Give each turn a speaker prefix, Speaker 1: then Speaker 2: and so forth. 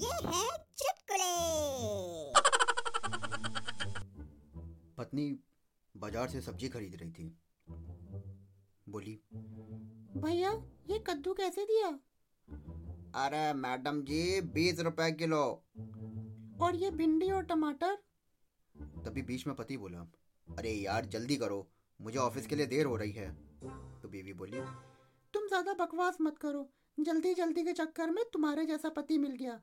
Speaker 1: ये है चुटकुले
Speaker 2: पत्नी बाजार से सब्जी खरीद रही थी बोली
Speaker 3: भैया ये कद्दू कैसे दिया
Speaker 2: अरे मैडम जी बीस रुपए किलो
Speaker 3: और ये भिंडी और टमाटर
Speaker 2: तभी बीच में पति बोला अरे यार जल्दी करो मुझे ऑफिस के लिए देर हो रही है तो बीवी बोली
Speaker 3: तुम ज्यादा बकवास मत करो जल्दी जल्दी के चक्कर में तुम्हारे जैसा पति मिल गया